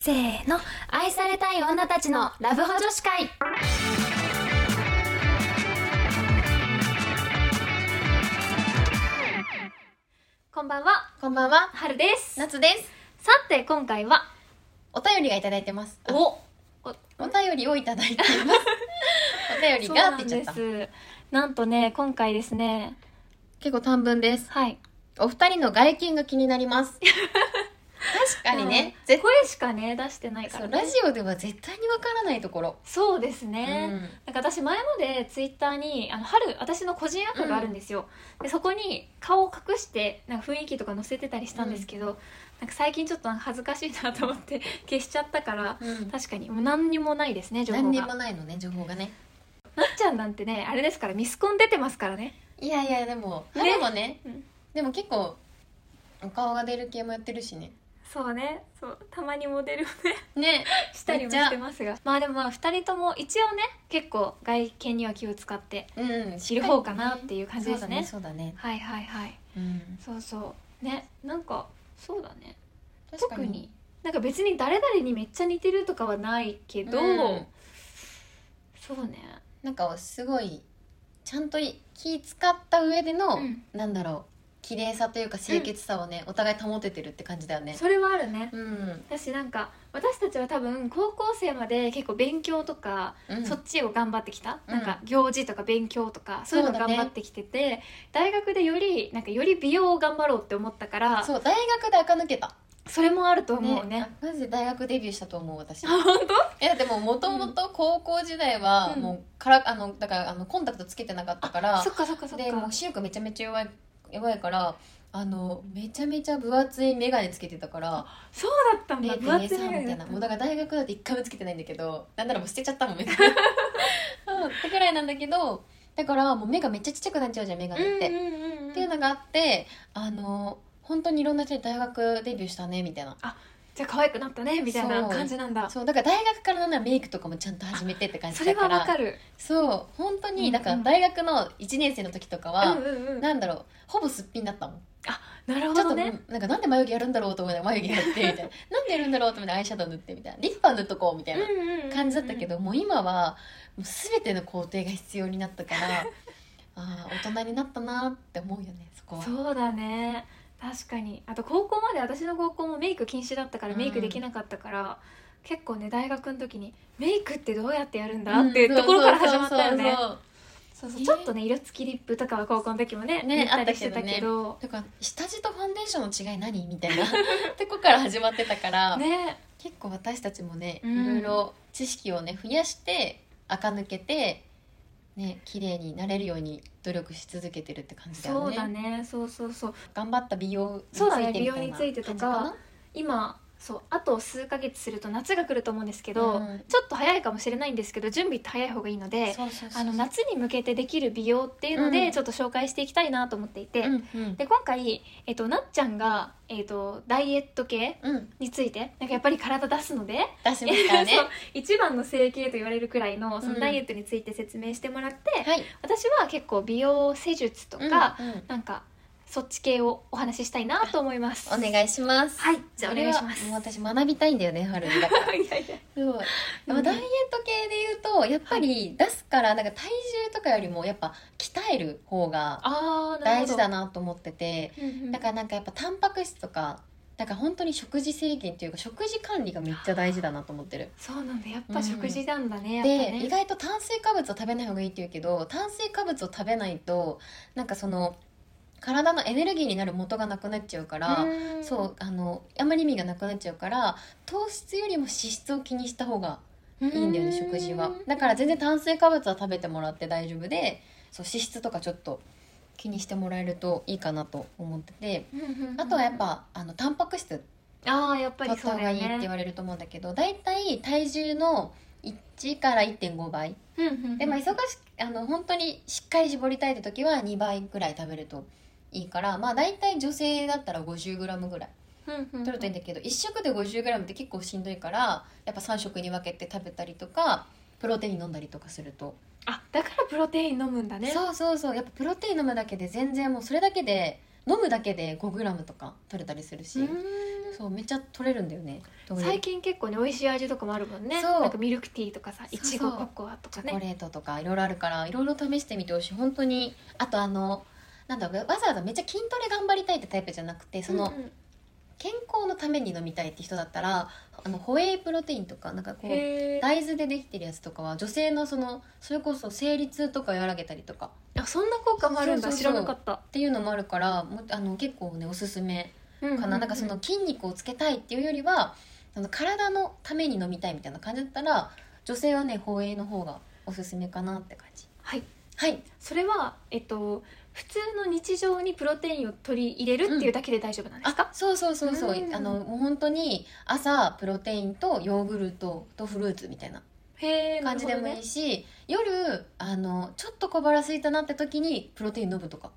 せーの愛されたい女たちのラブホ女子会こんばんはこんばんは、はるです夏です。さて今回はお便りがいただいてます。あおおお便りをいただいてい ます。お便りそうがなってん言でっちゃった。すなんとね今回ですね結構短文です。はいお二人の外見が気になり ます。確かにね、うん絶声しかね出してないかそらうねラジオでは絶対にわからないところ。そうですうね、んなんか私前までツイッターにあの春私の個人アカがあるんですよ、でそこに顔を隠してなんか雰囲気とか載せてたりしたんですけど、なんか最近ちょっとなんか恥ずかしいなと思って 消しちゃったからうん確かにもう何にもないですね情報何にがもないのね情報がね。なっちゃんなんてねあれですからミスコン出てますからねいやいやでも、ねでもねうん、でも結構お顔が出る系もやってるしね。そうねそうたまにモデルをねね、 したりもしてますがまあでもまあ2人とも一応ね結構外見には気を使ってうん、いる方かなっていう感じですねそうだね。はいはいはいそうだねうんそうそうねなんかそうだね確か特になんか別に誰々にめっちゃ似てるとかはないけど、うんそうねなんかすごいちゃんとい気使った上での、うんなんだろう綺麗さというか清潔さをね、お互い保ててるって感じだよね。それはあるねうん、私なんか私たちは多分高校生まで結構勉強とか、うんそっちを頑張ってきた、うんなんか行事とか勉強とかそういうのそうだ頑ね張ってきてて、大学でよりなんかより美容を頑張ろうって思ったからそそう大学で垢抜けた。れもあると思うねあマジで大学デビューしたと思う私。あ本えでももともと高校時代はうんもうから、あのだからあのコンタクトつけてなかったか当らそ、っかそっかそっでもかう視力めちゃめちゃ弱い弱いから。あのめちゃめちゃ分厚い眼鏡つけてたからそうだったんだ分厚い0.03みたいなもうだらから大学だって一回もつけてないんだけどなんならもう捨てちゃったも んめっちゃうんってくらいなんだけどだからもう目がめっちゃちっちゃくなっちゃうじゃん眼うんう鏡んって、っうんうんていうのがあってあの本当にいろんな人に大学デビューしたねみたいなじゃあ可愛くなったねみたいなそう感じなんだそうだから大学からなんならメイクとかもちゃんと始めてって感そじれだかはわからるそう本当うんうにんだから大学の1年生の時とかは、うんうんうん、ななんだろうほぼすっぴんだったもんるほちょっどとねなんかなんで眉毛やるんだろうと思いながら眉毛やってみたいななんでやるんだろうと思いながらアイシャドウ塗ってみたいなリッパー塗っとこうみたいな、感じだったけど、ど、もう今はもう全ての工程が必要になったから あー大人になったなって思うよねそこはそうだね確かにあと高校まで私の高校もメイク禁止だったからうんメイクできなかったから、結構ね大学の時にメイクってどうやってやるんだっていうところから始まったようんねそそううそうそうそうそうちょっとね色付きリップとかは高校の時もね塗ねったりしてたあったけけどだから下地とファンデーションの違い何み たいなとこから始まってたから、ね結構私たちもねうんいろいろ知識をね増やして垢抜けてね綺麗になれるように努力し続けてるって感じだそようねだねそうそうそう頑張った美容につそうだねいてみたい美容になついてとか感じかな今そうあと数ヶ月すると夏が来ると思うんですけど、うんちょっと早いかもしれないんですけど準備って早い方がいいのでそうそうそうそうあの夏に向けてできる美容っていうので、うんちょっと紹介していきたいなと思っていて、うんうんで今回、えっとなっちゃんが、えっとダイエット系うんについてなんかやっぱり体出すので、出しますからね そう一番の整形と言われるくらいのそのうんダイエットについて説明してもらって、はい私は結構美容施術とか、うんうんなんかそっち系をお話ししたいなと思います。お願いします。はいじゃあお願いしますこれはもう私学びたいんだよね、春にだか ら。いやいやそう。でうもんダイエット系で言うと、やっぱり出すから、なんか体重とかよりも、やっぱ鍛える方があーなるほ大ど事だなと思ってて。うんうんだからなんかやっぱタンパク質とか、だから本当に食事制限っていうか、食事管理がめっちゃ大事だなと思ってる。そうなんだやっぱ食事なんだね、やっぱで、ね意外と炭水化物を食べない方がいいって言うけど炭水化物を食べないとなんかその体のエネルギーになる元がなくなっちゃうから、うんそうあのあんまり意味がなくなっちゃうから糖質よりも脂質を気にした方がいいいんだよね食事はだから全然炭水化物は食べてもらって大丈夫でそう脂質とかちょっと気にしてもらえるといいかなと思っててあとはやっぱあのタンパク質ああやっぱ取りったそう方だがよいいって言ねわれると思うんだけど大体体重の1から1.5倍うんうんうんでも忙しあの本当にしっかり絞りたいって時は2倍ぐらい食べるといいからまあ大体女性だったら 50g ぐらいうんうんうん取るといいんだけど1食で 50g って結構しんどいからやっぱ3食に分けて食べたりとかプロテイン飲んだりとかすると、あだからプロテイン飲むんだねそうそうそうやっぱプロテイン飲むだけで全然もうそれだけで飲むだけで 5g とか取れたりするし、うんそうめっちゃ取れるんだよね最近結構ね美味しい味とかもあるもんねそうなんかミルクティーとかさそういそちうごココアとチかョコねレートとかいろいろあるからいろいろ試してみてほしい本当にあとあのなんだろうわざわざめっちゃ筋トレ頑張りたいってタイプじゃなくてそのうんうん健康のために飲みたいって人だったらあのホエイプロテインとかなんかこうへー大豆でできてるやつとかは女性のそのそれこそ生理痛とか和らげたりとかあそんな効果もあるんだそう知そうそらうなかったっていうのもあるからもうあの結構ねおすすめかかな,、なんかその筋肉をつけたいっていうよりはその体のために飲みたいみたいな感じだったら女性はねホエイの方がおすすめかなって感じはいはいそれはえっと普通の日常にプロテインを取り入れるっていうだけで大丈夫なんですあか、そうそうそうそううんあのもう本当に朝プロテインとヨーグルトとフルーツみたいなへえ感じでもいいし、夜あのちょっと小腹空いたなって時にプロテイン飲むとか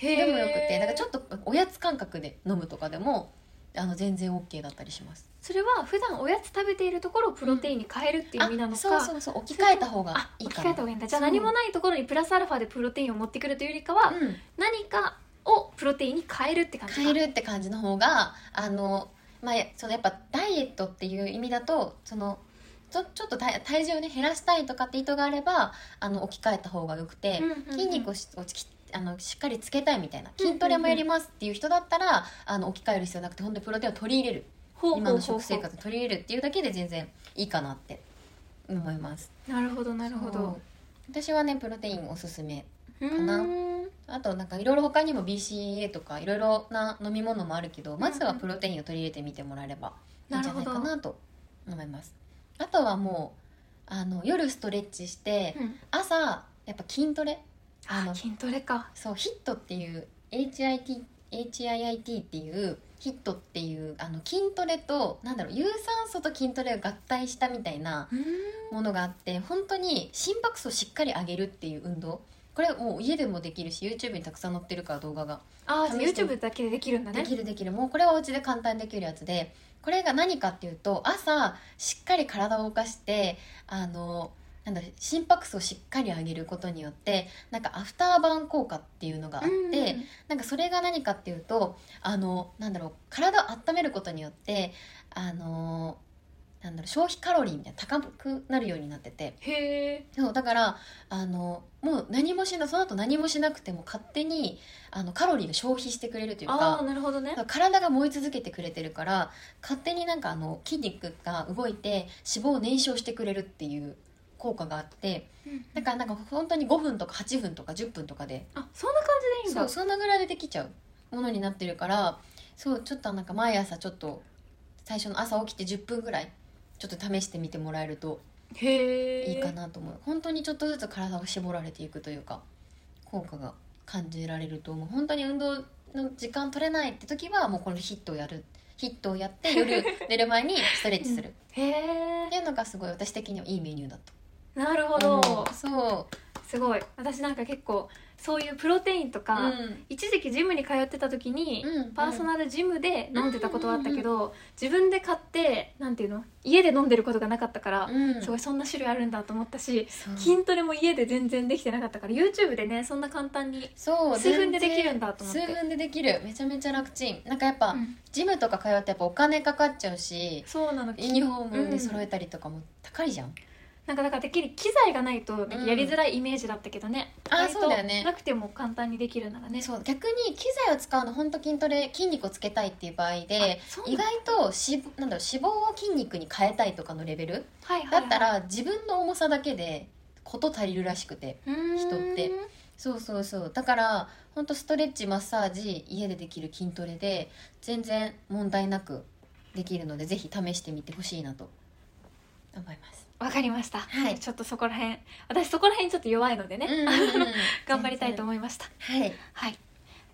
ででもよくてだからちょとっとおやつ感覚で飲むとかでもあの全然 OK だったりしますそれは普段おやつ食べているところをプロテインに変えるっていう意味なのか、あそうそうそう置き換えた方があいい置きか換なえた方がいいんだじゃあそう何もないところにプラスアルファでプロテインを持ってくるというよりかは、うん、何かをプロテインに変えるって感じか変えるって感じの方があの、まあ、そのやっぱダイエットっていう意味だとそのちょちょっと体体重をね減らしたいとかって意図があればあの置き換えた方がよくて、うんうんうん筋肉をしをきあのしっかりつけたいみたいな筋トレもやりますっていう人だったら、あの置き換える必要なくて本当にプロテインを取り入れるほうほうほ今うほうの食生活を取り入れるっていうだけで全然いいかなって思います。なるほどなるほどそう私はねプロテインおすすめかなうんあとなんかいろいろ他にも BCA とかいろいろな飲み物もあるけどまずはプロテインを取り入れてみてもらえればいいんじゃないかなと思いますあとはもうあの夜ストレッチして朝やっぱ筋トレああの筋トレかそうヒットっていう HIT HIIT っていうヒットっていうあの筋トレとなんだろう有酸素と筋トレを合体したみたいなものがあって本当に心拍数をしっかり上げるっていう運動これもう家でもできるし YouTube にたくさん載ってるから動画があーじゃあ試して YouTube だけでできるんだねできるできるもうこれはお家で簡単にできるやつでこれが何かっていうと朝しっかり体を動かしてあのなんだろう心拍数をしっかり上げることによってなんかアフターバーン効果っていうのがあって、うんうんなんかそれが何かっていうとあのなんだろう体を温めることによってあのなんだろう消費カロリーみたいな高くなるようになっててへえそうだからあのもう何もしなその後何もしなくても勝手にあのカロリーが消費してくれるというああかなるほどね体が燃え続けてくれてるから勝手になんかあの筋肉が動いて脂肪を燃焼してくれるっていう効果があってだからなんか本当に5分とか8分とか10分とかであそんな感じでいいんそうだそんなぐらいでできちゃうものになってるからそうちょっとなんか毎朝ちょっと最初の朝起きて10分ぐらいちょっと試してみてもらえるとへえいいかなと思う、本当にちょっとずつ体が絞られていくというか効果が感じられると思う本当に運動の時間取れないって時はもうこのヒットをやるヒットをやっ て夜寝る前にストレッチするへえっていうのがすごい私的にはいいメニューだとなるほ思うどそすごい私なんか結構そういうプロテインとう、か一時期ジムに通ってた時にうんパーソナルジムで飲んでたことはあったけど自分で買ってなんていうの家で飲んでることがなかったからうんすごいそんな種類あるんだと思ったしそう筋トレも家で全然できてなかったから YouTube でねそんな簡単にそう数分でで全き然るんだと思っ数て、分でできるめちゃめちゃ楽ちんなんかやっぱ、うんジムとか通ってやっぱお金かかっちゃうしそうなのユニフォームで揃うんえたりとかも高いじゃん、なんかだからてっきり機材がないとやりづらいイメージだったけどね、あー割とそうだよねなくても簡単にできるならねね、そう逆に機材を使うの本当筋トレ筋肉をつけたいっていう場合であそうなん意だ外と脂肪なんだろう脂肪を筋肉に変えたいとかのレベルはいはいはだい、ったら自分の重さだけでこと足りるらしくて人人ってそうそうそうだから本当ストレッチマッサージ家でできる筋トレで全然問題なくできるのでぜひ試してみてほしいなと思います。わかりました、はいちょっとそこら辺私そこら辺ちょっと弱いのでね、 頑張りたいと思思いましたはいはい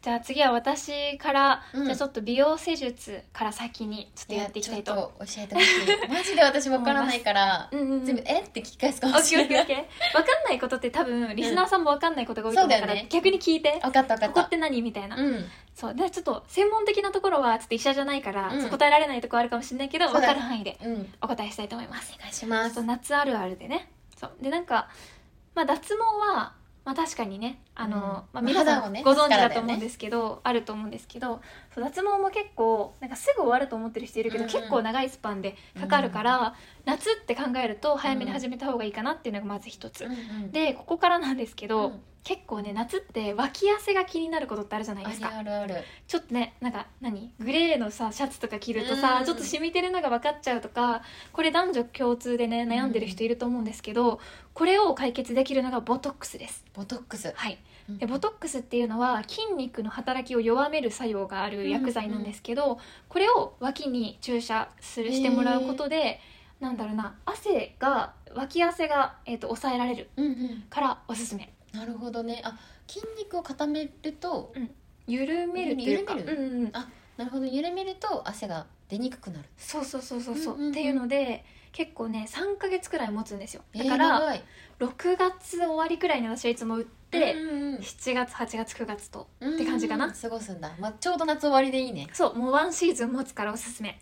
じゃあ次は私から、うんじゃあちょっと美容施術から先にちょっといややっていきちたょいっとと教えてほしいマジで私わからないからうんうんうん全部「えっ?」て聞き返すかオもッしケーオれッケーなオッいケー分かんないことって多分リスナーさんも分かんないことが多いと思うそかうだら、よね逆に聞いて分かった分ここかっって何みたいな、たうんそうでちょっと専門的なところはちょっと医者じゃないから、うん答えられないところあるかもしれないけどそう分かだねる範囲でうんお答えしたいと思いますお願いしまそすう夏あるあるでねそうでなんか、まあ、脱毛は、まあ、確かにねあの、うんままあ、あ皆さ肌をんねご存知だ力だとよ思ねうんですけど、あると思うんですけどそう脱毛も結構なんかすぐ終わると思ってる人いるけど、うんうん結構長いスパンでかかるから、夏って考えると早めに始めた方がいいかなっていうのがまず一つ、でここからなんですけど、うん結構ね夏って脇汗が気になることってあるじゃないあでするかあるあるちょっとねなんか何グレーのさシャツとか着るとさ、うんちょっと染みてるのが分かっちゃうとかこれ男女共通でね悩んでる人いると思うんですけど、これを解決できるのがボトックスです。ボトックスはい、うんでボトックスっていうのは筋肉の働きを弱める作用がある薬剤なんですけど、これを脇に注射するしてもらうことで、なんだろうな汗が脇汗が、えー、と抑えられるうんうんからおすすめなるほどねあ筋肉を固めると緩めるっていうか緩めうるんうん、なるほど緩めると汗が出にくくなるそうそうそうそうそう,、うんうんうんっていうので結構ね3ヶ月くらい持つんですよだえかーら長い6月終わりくらいに私はいつも打って、うんうんうん7月8月9月とって感じかな過ごすんだ、まあ、ちょうど夏終わりでいいねそうもうワンシーズン持つからおすすめへ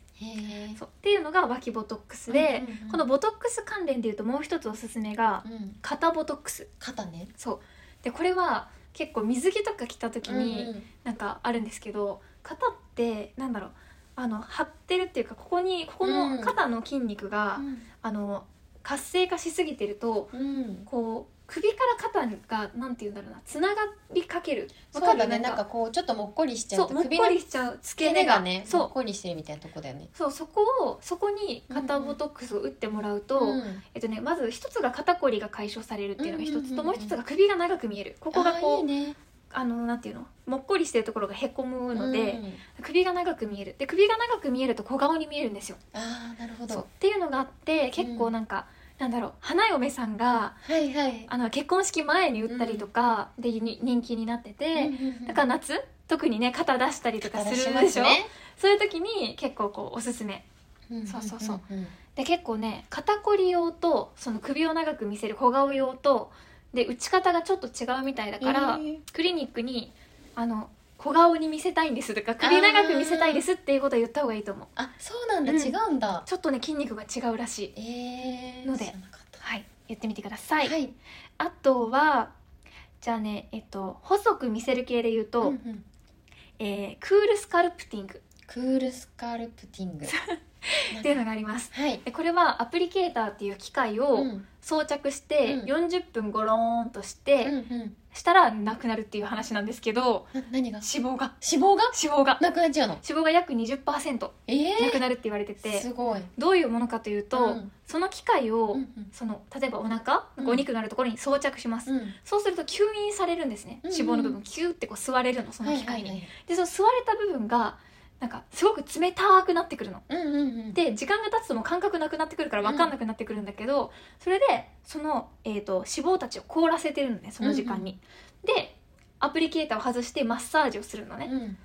えそうっていうのが脇ボトックスで、このボボトックス関連でいうともう一つおすすめがうん、肩ボトックス肩ねそうでこれは結構水着とか着た時に、うんうんなんかあるんですけど肩ってなんだろうあの張ってるっていうかここにここの肩の筋肉が、あの活性化しすぎてるとうんこう首から肩がなんて言うんだろうなつながりかけるわそうるだねなんかこうちょっともっこりしちゃそううともっこ首のりしちゃう付け付け根根ががねもっそうこりしてるみたいなとこだよねそうそこをそこに肩ボトックスを打ってもらうと、んえっとね、まず一つが肩こりが解消されるっていうのが一つと、うんうんうんうんもう一つが首が長く見えるここがこうああーいいねのなんていうのもっこりしてるところがへこむのうで、ん首が長く見えるで首が長く見えると小顔に見えるんですよあーなるほそうっどていうのがあって結構なんか、なんだろう花嫁さんがはいはいあの結婚式前に打ったりとかでに人気になってて、だからら夏特にね肩出したりとかするででししょょそういう時に結構こうおすすめそうそうそうで結構ね肩こり用とその首を長く見せる小顔用とで打ち方がちょっと違うみたいだから、クリニックにあの小顔に見せたいんですとか首長く見せたいですっていうことは言った方がいいと思うあそうなんだうん違うんだちょっとね筋肉が違うらしいえーので知らなかったはい言ってみてください、はいあとはじゃあねえっと細く見せる系で言うと、うんうんえークールスカルプティングクールスカルプティングっていうのがありますはいでこれはアプリケーターっていう機械うをん装着してうん40分ゴローンとして、うんうんしたらなくなるっていう話なんですけどな何が脂肪が脂肪が脂肪がなくなっちゃうの脂肪が約20%なええくなるって言われてて、すごいどういうものかというと、うんその機械を、うんその例えばお腹、うんお肉のあるところに装着します、うんそうすると吸引されるんですね、うんうん脂肪の部分キューってこう吸われるのその機械に、はいはいでその吸われた部分がなんかすごく冷たくなってくるのはいうんうんうんで時間が経つともう感覚なくなってくるから分かんなくなってくるんだけど、それでその、えー、と脂肪たちを凍らせてるのねその時間に、でアプリケーターを外してマッサージをするのね、うん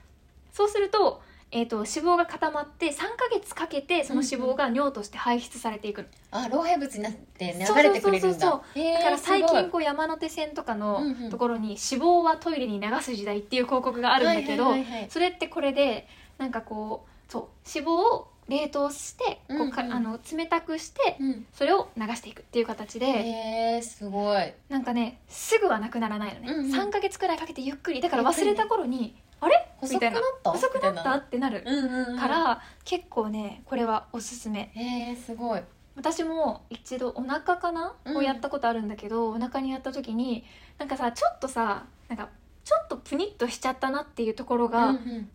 そうすると,、えー、と脂肪が固まって3ヶ月かけてその脂肪が尿として排出されていくの、あ老廃物になって流そうれてくれるんそうそうだへえだから最すごい近こう山手線とかのうんうんところに脂肪はトイレに流す時代っていう広告があるんだけど、はいはいはいはいそれってこれでなんかこうそう脂肪を冷凍してこうか、うんうんあの冷たくしてうんそれを流していくっていう形で、へえすごいなんかねすぐはなくならないのね、うんうん3ヶ月くらいかけてゆっくりだから忘れた頃に「あれ?」み細くたないっなた遅くなったみってなるたいなうんうんうんから、結構ねこれはおすすめへえすごい私も一度お腹かな、うんをやったことあるんだけどお腹にやった時になんかさちょっとさなんかちょっとプニッとしちゃったなっていうところうがんうん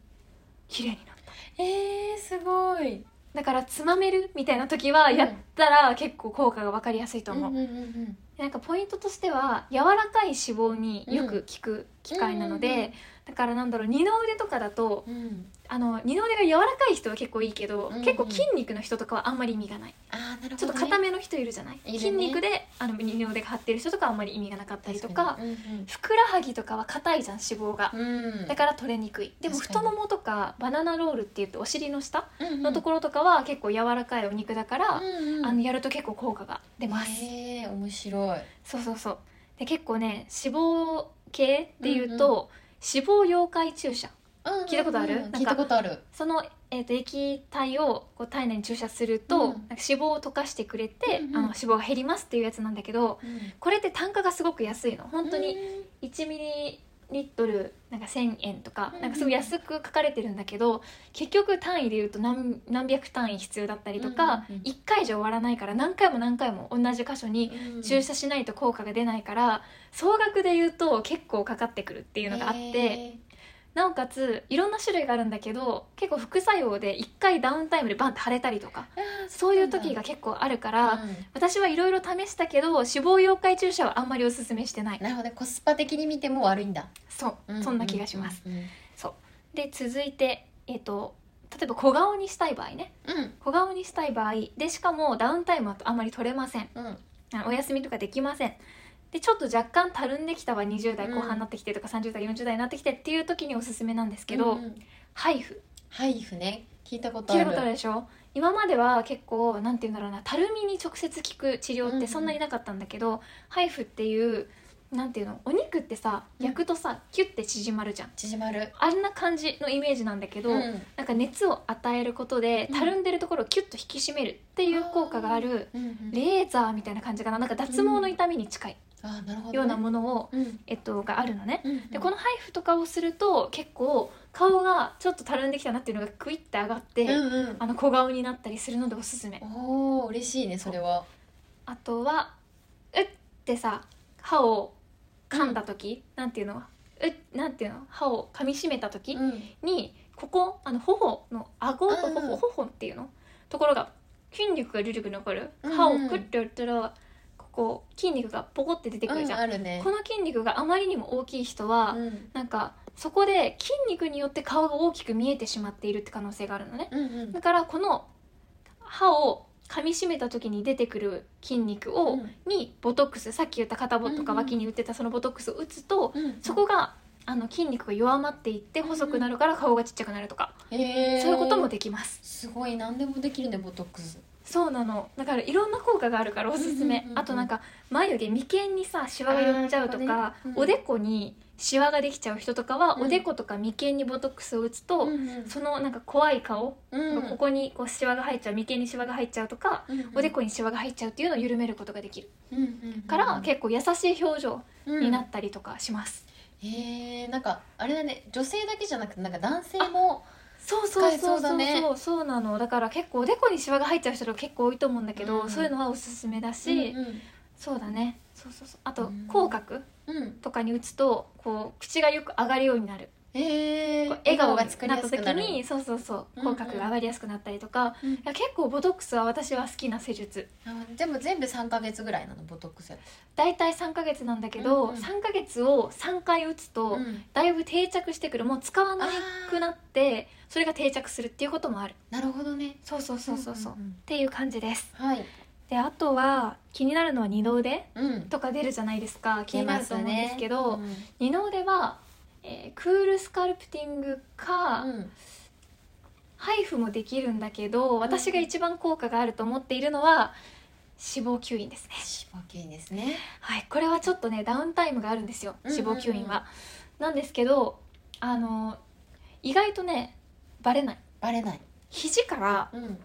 綺麗になった、えーすごいだからつまめるみたいな時はやったら結構効果が分かりやすいと思う、うんうんうんうんなんかポイントとしては柔らかい脂肪によく効く機械なので、うんうんうんだからなんだろう二の腕とかだとうんあの二の腕が柔らかい人は結構いいけど、うんうん結構筋肉の人とかはあんまり意味がないあーなるほどねちょっと固めの人いるじゃない、いるね筋肉であの二の腕が張ってる人とかはあんまり意味がなかったりとか確にうんふくらはぎとかは硬いじゃん脂肪が、うんうんだから取れにくいでも確か太にももとかバナナロールって言ってお尻の下うんうんのところとかは結構柔らかいお肉だから、うんうんあのやると結構効果が出ます、へえ面白いそうそうそうで結構ね脂肪系でいうと、脂肪溶解注射聞いたことあるうんうんうんなんか聞いたことあるその、えー、と液体をこう体内に注射すると、うんなんか脂肪を溶かしてくれて、うんうんあの脂肪が減りますっていうやつなんだけどこれって単価がすごく安いの本当にうん1ミリリットルなんか1,000円とかうんなんかすごい安く書かれてるんだけど結局単位で言うと何何百単位必要だったりとかうんうんうん1回じゃ終わらないから何回も何回も同じ箇所に注射しないと効果が出ないから総額で言うと結構かかってくるっていうのがあって。へなおかついろんな種類があるんだけど結構副作用で1回ダウンタイムでバンって腫れたりとかーあーそういうなん時だが結構あるから、うん私はいろいろ試したけど死亡溶解注射はあんまりおすすめしてないなるほどねコスパ的に見ても悪いんだ、そう、うそんな気がします、うんうんで続いてえっ、と例えば小顔にしたい場合ねうん小顔にしたい場合でしかもダウンタイムはあんまり取れませんうんあお休みとかできませんでちょっと若干たるんできたわ20代後半になってきてとか、30代40代になってきてっていう時におすすめなんですけど、うんうんハイフハイフね聞いたこと聞あいるたことあるでしょ今までは結構なんて言うんだろうなたるみに直接効く治療うっんうてんそんなになかったんだけど、ハイフっていうなんていうのお肉ってさうん焼くとさ、キュッて縮まるじゃん縮まるあんな感じのイメージなんだけど、うんなんか熱を与えることでうんたるんでるところをキュッと引き締めるっていう効果があるうんうんレーザーみたいな感じかななんか脱毛の痛みに近いあーなるほどねようなものを、うんえっと、があるのね。うんでこのハイフとかをすると結構顔がちょっとたるんできたなっていうのがクイッて上がって、うんうんあの小顔になったりするのでおすすめおお嬉しいねそれはあとは「うっ」てさ歯を噛んだ時、なんていうのうっなんていうの歯を噛みしめた時うんに、ここあの頬の顎とうんう頬ん頬っていうのところが筋肉が出てくるの分かるうんうん歯をクッてやったらここ筋肉がポコって出てくるじうゃんん、あるねこの筋肉があまりにも大きい人は、うんなんかそこで筋肉によって顔が大きく見えてしまっているって可能性があるのねうんうんだからこの歯を噛みしめた時に出てくる筋肉を、にボトックスさっき言った肩ボとかうんうん脇に打ってたそのボトックスを打つと、うんそこがあの筋肉が弱まっていって細くなるから顔がちっちゃくなるとか、へえそういうこともできますすごい何でもできるねボトックスそうなのだからいろんな効果があるからおすすめ、うんうんうんうんあとなんか眉毛眉間にさシワが寄っちゃうとか、あーここねうんおでこにシワができちゃう人とかは、うんおでことか眉間にボトックスを打つと、うんそのなんか怖い顔、うんここにこうシワが入っちゃう眉間にシワが入っちゃうとか、おでこにシワが入っちゃうっていうのを緩めることができるから結構優しい表情構になったりとかします、へえんかあれだね女性だけじゃなくてなんか男性もそうそうそうそう使えそうだねそうそうなのだから結構おでこにシワが入っちゃう人が結構多いと思うんだけど、うんそういうのはおすすめだし、そうだねそうそうそうあとうん口角うんとかに打つとこう口がよく上がるようになるへえこう笑顔がが作作りりややすすくくななるる時にそうそうそうんううん口角が上がりやすくなったりとか、うんいや結構ボトックスは私は好きな施術あでも全部三ヶ月ぐらいなのボトックスや大体3ヶ月なんだけど、うんうん3ヶ月を3回打つと、とだいぶ定着してくるもう使わなくなってそれが定着するっていうこともあるなるほどねそうそうそうそうそう、んっんんていう感じですはいであとは気になるのは二の腕うんとか出るじゃないですか気になると思うんですけど出ますね二の腕は、えークールスカルプティングか、うんハイフもできるんだけど私が一番効果があると思っているのは脂肪吸引ですねしばけいですねはい、これはちょっとねダウンタイムがあるんですようんうん脂うん肪吸引は、なんですけどあの意外とねバレないバレない肘からうんうん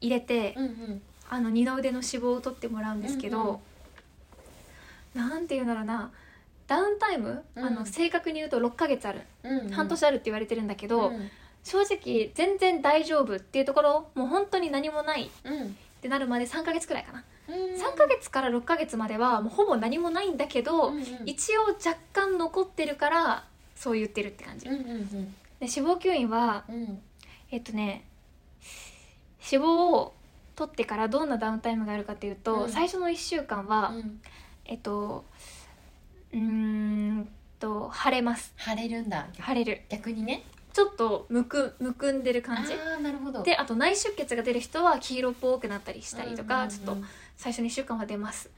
入れて、うんあの二の腕の脂肪を取ってもらうんですけど、なんていうんだろうなダウンタイム、うんあの正確に言うと6ヶ月ある、うんうん半年あるって言われてるんだけど、うん正直全然大丈夫っていうところもう本当に何もないっうんてなるまで3ヶ月くらいかな、うん3ヶ月から6ヶ月まではもうほぼ何もないんだけど、うんうん一応若干残ってるからそう言ってるって感じ、うんうんで脂肪吸引はうんうんえっとね脂肪を取ってからどんなダウンタイムがあるかというと、うん最初の1週間は、うんえっとうーんと腫れます腫れるんだ腫れる逆にねちょっとむくむくんでる感じああなるほどであと内出血が出る人は黄色っぽくなったりしたりとか、ちょっと最初の1週間は出ます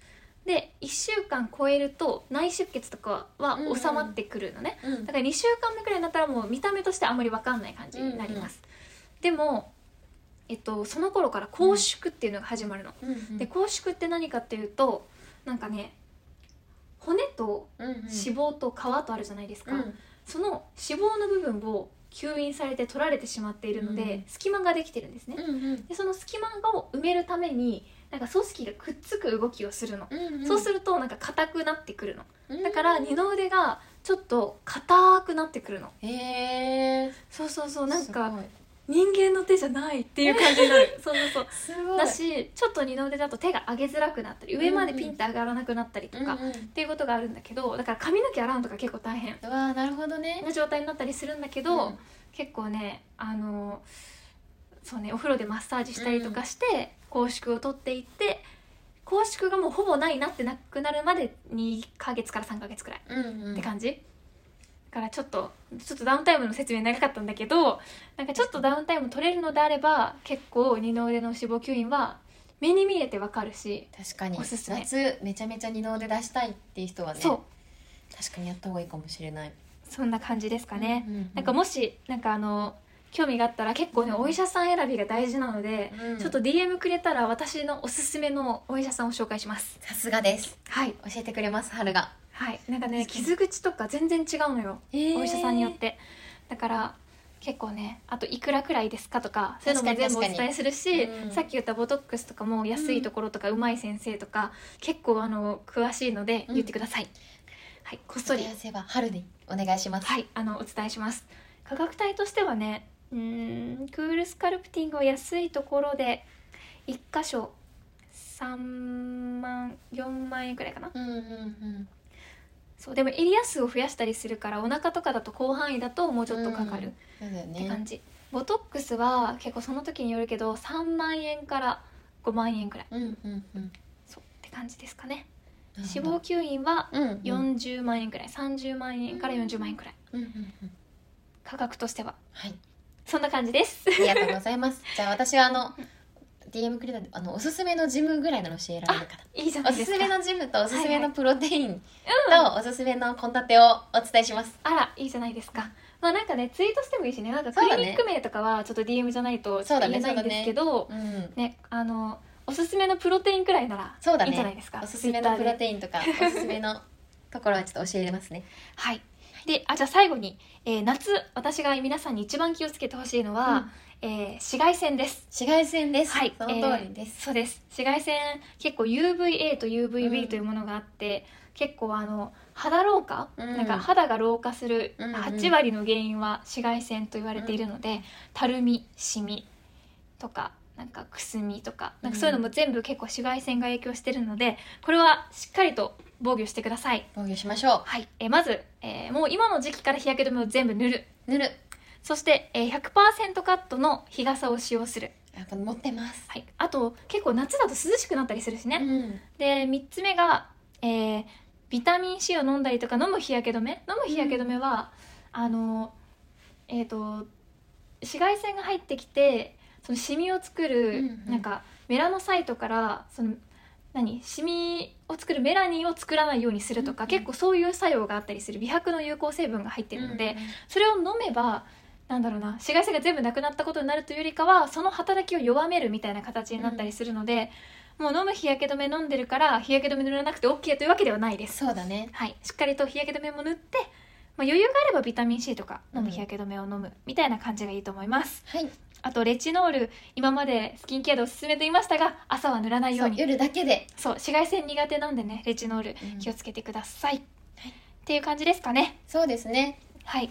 で1週間超えると内出血とかは収まってくるのね、うんだから2週間目くらいになったらもう見た目としてあんまり分かんない感じになります、でも、えっと、その頃から拘縮っていうのが始まるの、うんで拘縮って何かっていうとなんかね骨とうんうん脂肪と皮とあるじゃないですか、その脂肪の部分を吸引されて取られてしまっているので、うん隙間ができてるんですね、うんうんでその隙間を埋めるためになんか組織がくっつく動きをするの、うんそうするとなんか硬くなってくるのるだから二の腕がちょっと硬くなってくるのへえそうそうそうなんか人間の手じゃないっていう感じにな るそうそうそうすごいだしちょっと二の腕だと手が上げづらくなったり上までピンって上がらなくなったりとか、うんうんっていうことがあるんだけどだから髪の毛洗うのとか結構大変うわあなるほどねな状態になったりするんだけど、うん結構ねあのそうねお風呂でマッサージしたりとかして、公縮を取っていって公縮がもうほぼないなってなくなるまで2ヶ月から3ヶ月くらいうんうんって感じ、だからちょっとちょっとダウンタイムの説明長かったんだけどなんかちょっとダウンタイム取れるのであれば結構二の腕の脂肪吸引は目に見えてわかるし、確かにおすすめ夏めちゃめちゃ二の腕出したいっていう人はねそう確かにやった方がいいかもしれないそんな感じですかね。ううなんかもしなんかあの興味があったら結構ねお医者さん選びが大事なので、うんちょっと DM くれたら私のおすすめのお医者さんを紹介しますさすがですはい教えてくれます春がはいなんかね確かに傷口とか全然違うのよ、おお医者さんによってだから結構ねあといくらくらいですかとかそういうのも確か全部にお伝えするし、確かにうんさっき言ったボトックスとかも安いところとかうまい先生とか、結構あの詳しいので言ってください、はいこっそり問い合わせは春にお願いしますはい、あのお伝えします。価格帯としてはね、うーん、クールスカルプティングを安いところで一箇所三万四万円くらいかな。うんうんうんそうでもエリア数を増やしたりするからお腹とかだと広範囲だともうちょっとかかうるんそうだよって感ねじ。ボトックスは結構その時によるけど三万円から五万円くらい。うんうんうんそうって感じですかね。なる脂ほど肪吸引はうんうん四十万円くらい、三十万円から四十万円くらい。うんうんうん価格としてははいそんな感じです。 ありがとうございます じゃあ私はあの DM くれたあのおすすめのジムぐらいの教えられるかいいじゃななおいですすすか。めのジムとおすすめはいはのプロテインうんとおすすめの献立をお伝えしますあらいいじゃないですかまあなんかねツイートしてもいいしねなんかクそうだねリニック名とかはちょっと DM じゃないとちそょうっとだね言えないんですけどねうんあのおすすめのプロテインくらいならそうだいいんじゃないねですかおすすめのプ Twitter ロでテインとかおすすめのところはちょっと教えれますねはいであじゃあ最後に、えー夏私が皆さんに一番気をつけてほしいのは、えー紫外線です紫外線ですはいその通りです、そうです紫外線結構 UVA とうん UVB というものがあって、結構あの肌老化、うんなんか肌が老化するうんうん8割の原因は紫外線と言われているので、たるみシミとかなんかくすみとかなんかそういうのも全部結構紫外線が影響してるのでこれはしっかりと防御してください。防御しましょはい、えーまず、えーもう今の時期から日焼け止めを全部塗るう塗るそして、えー100%カットの日傘を使用するやっぱ持ってます、はい、あと結構夏だと涼しくなったりするしね、うんで3つ目が、えービタミン C を飲んだりとか飲む日焼け止め飲む日焼け止めは、あのえっ、と紫外線が入ってきてそのシミを作る、うんうんなんかメラノサイトからその何シミを作るメラニンを作らないようにするとか、うんうん結構そういう作用があったりする美白の有効成分が入ってるので、それを飲めばなんだろうな紫外線が全部なくなったことになるというよりかはその働きを弱めるみたいな形になったりするので、もう飲む日焼け止め飲んでるから日焼け止め塗らなくて OK というわけではないです、そうだねはい、しっかりと日焼け止めも塗って、まあ、余裕があればビタミン C とか飲む日焼け止めを飲むみたいな感じがいいと思いますはいあとレチノール今までスキンケアでおすすめと言いましたが朝は塗らないよそううにそう夜だけで紫外線苦手なんでねレチノールうん気をつけてください、っていう感じですかねそうですねはい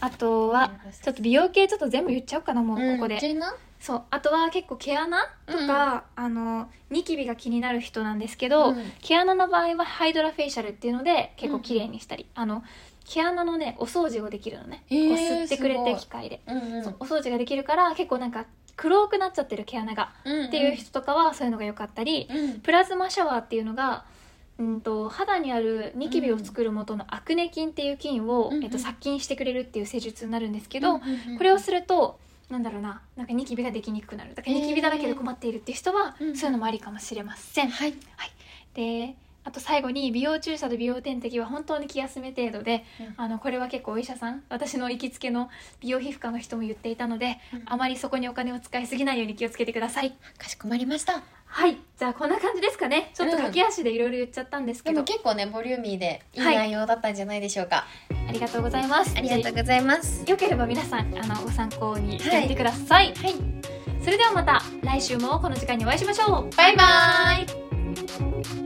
あとはちょっと美容系ちょっと全部言っちゃおうかなもうここで、うん、なそうあとは結構毛穴とか、あのニキビが気になる人なんですけど、うん毛穴の場合はハイドラフェイシャルっていうので結構綺麗にしたり、あの毛穴のねお掃除をできるのね、へーこう吸ってくれすごてい機械で、うんうんそうお掃除ができるから結構なんか黒くなっちゃってる毛穴が、うんんっていう人とかはそういうのが良かったり、うんプラズマシャワーっていうのがうんと肌にあるニキビを作る元のアクネ菌っていう菌を、うんえっと、殺菌してくれるっていう施術になるんですけけど、これをするとなんだろうななんかニキビができにくくなるだからニキビだらけで困っているっていう人は、えーうんそういうのもありかもしれません、はいであと最後に美容注射と美容点滴は本当に気休め程度で、うんあのこれは結構お医者さん私の行きつけの美容皮膚科の人も言っていたので、うんあまりそこにお金を使いすぎないように気をつけてくださいかしこまりましたはいじゃあこんな感じですかねちょっと駆け足でいろいろ言っちゃったんですでけど、も結構ねボリューミーでいいはい内容だったんじゃないでしょうか、ありがとうございますありがとうございますよければ皆さんあのご参考にしてみてください、はいそれではまた来週もこの時間にお会いしましょうバイバーイイ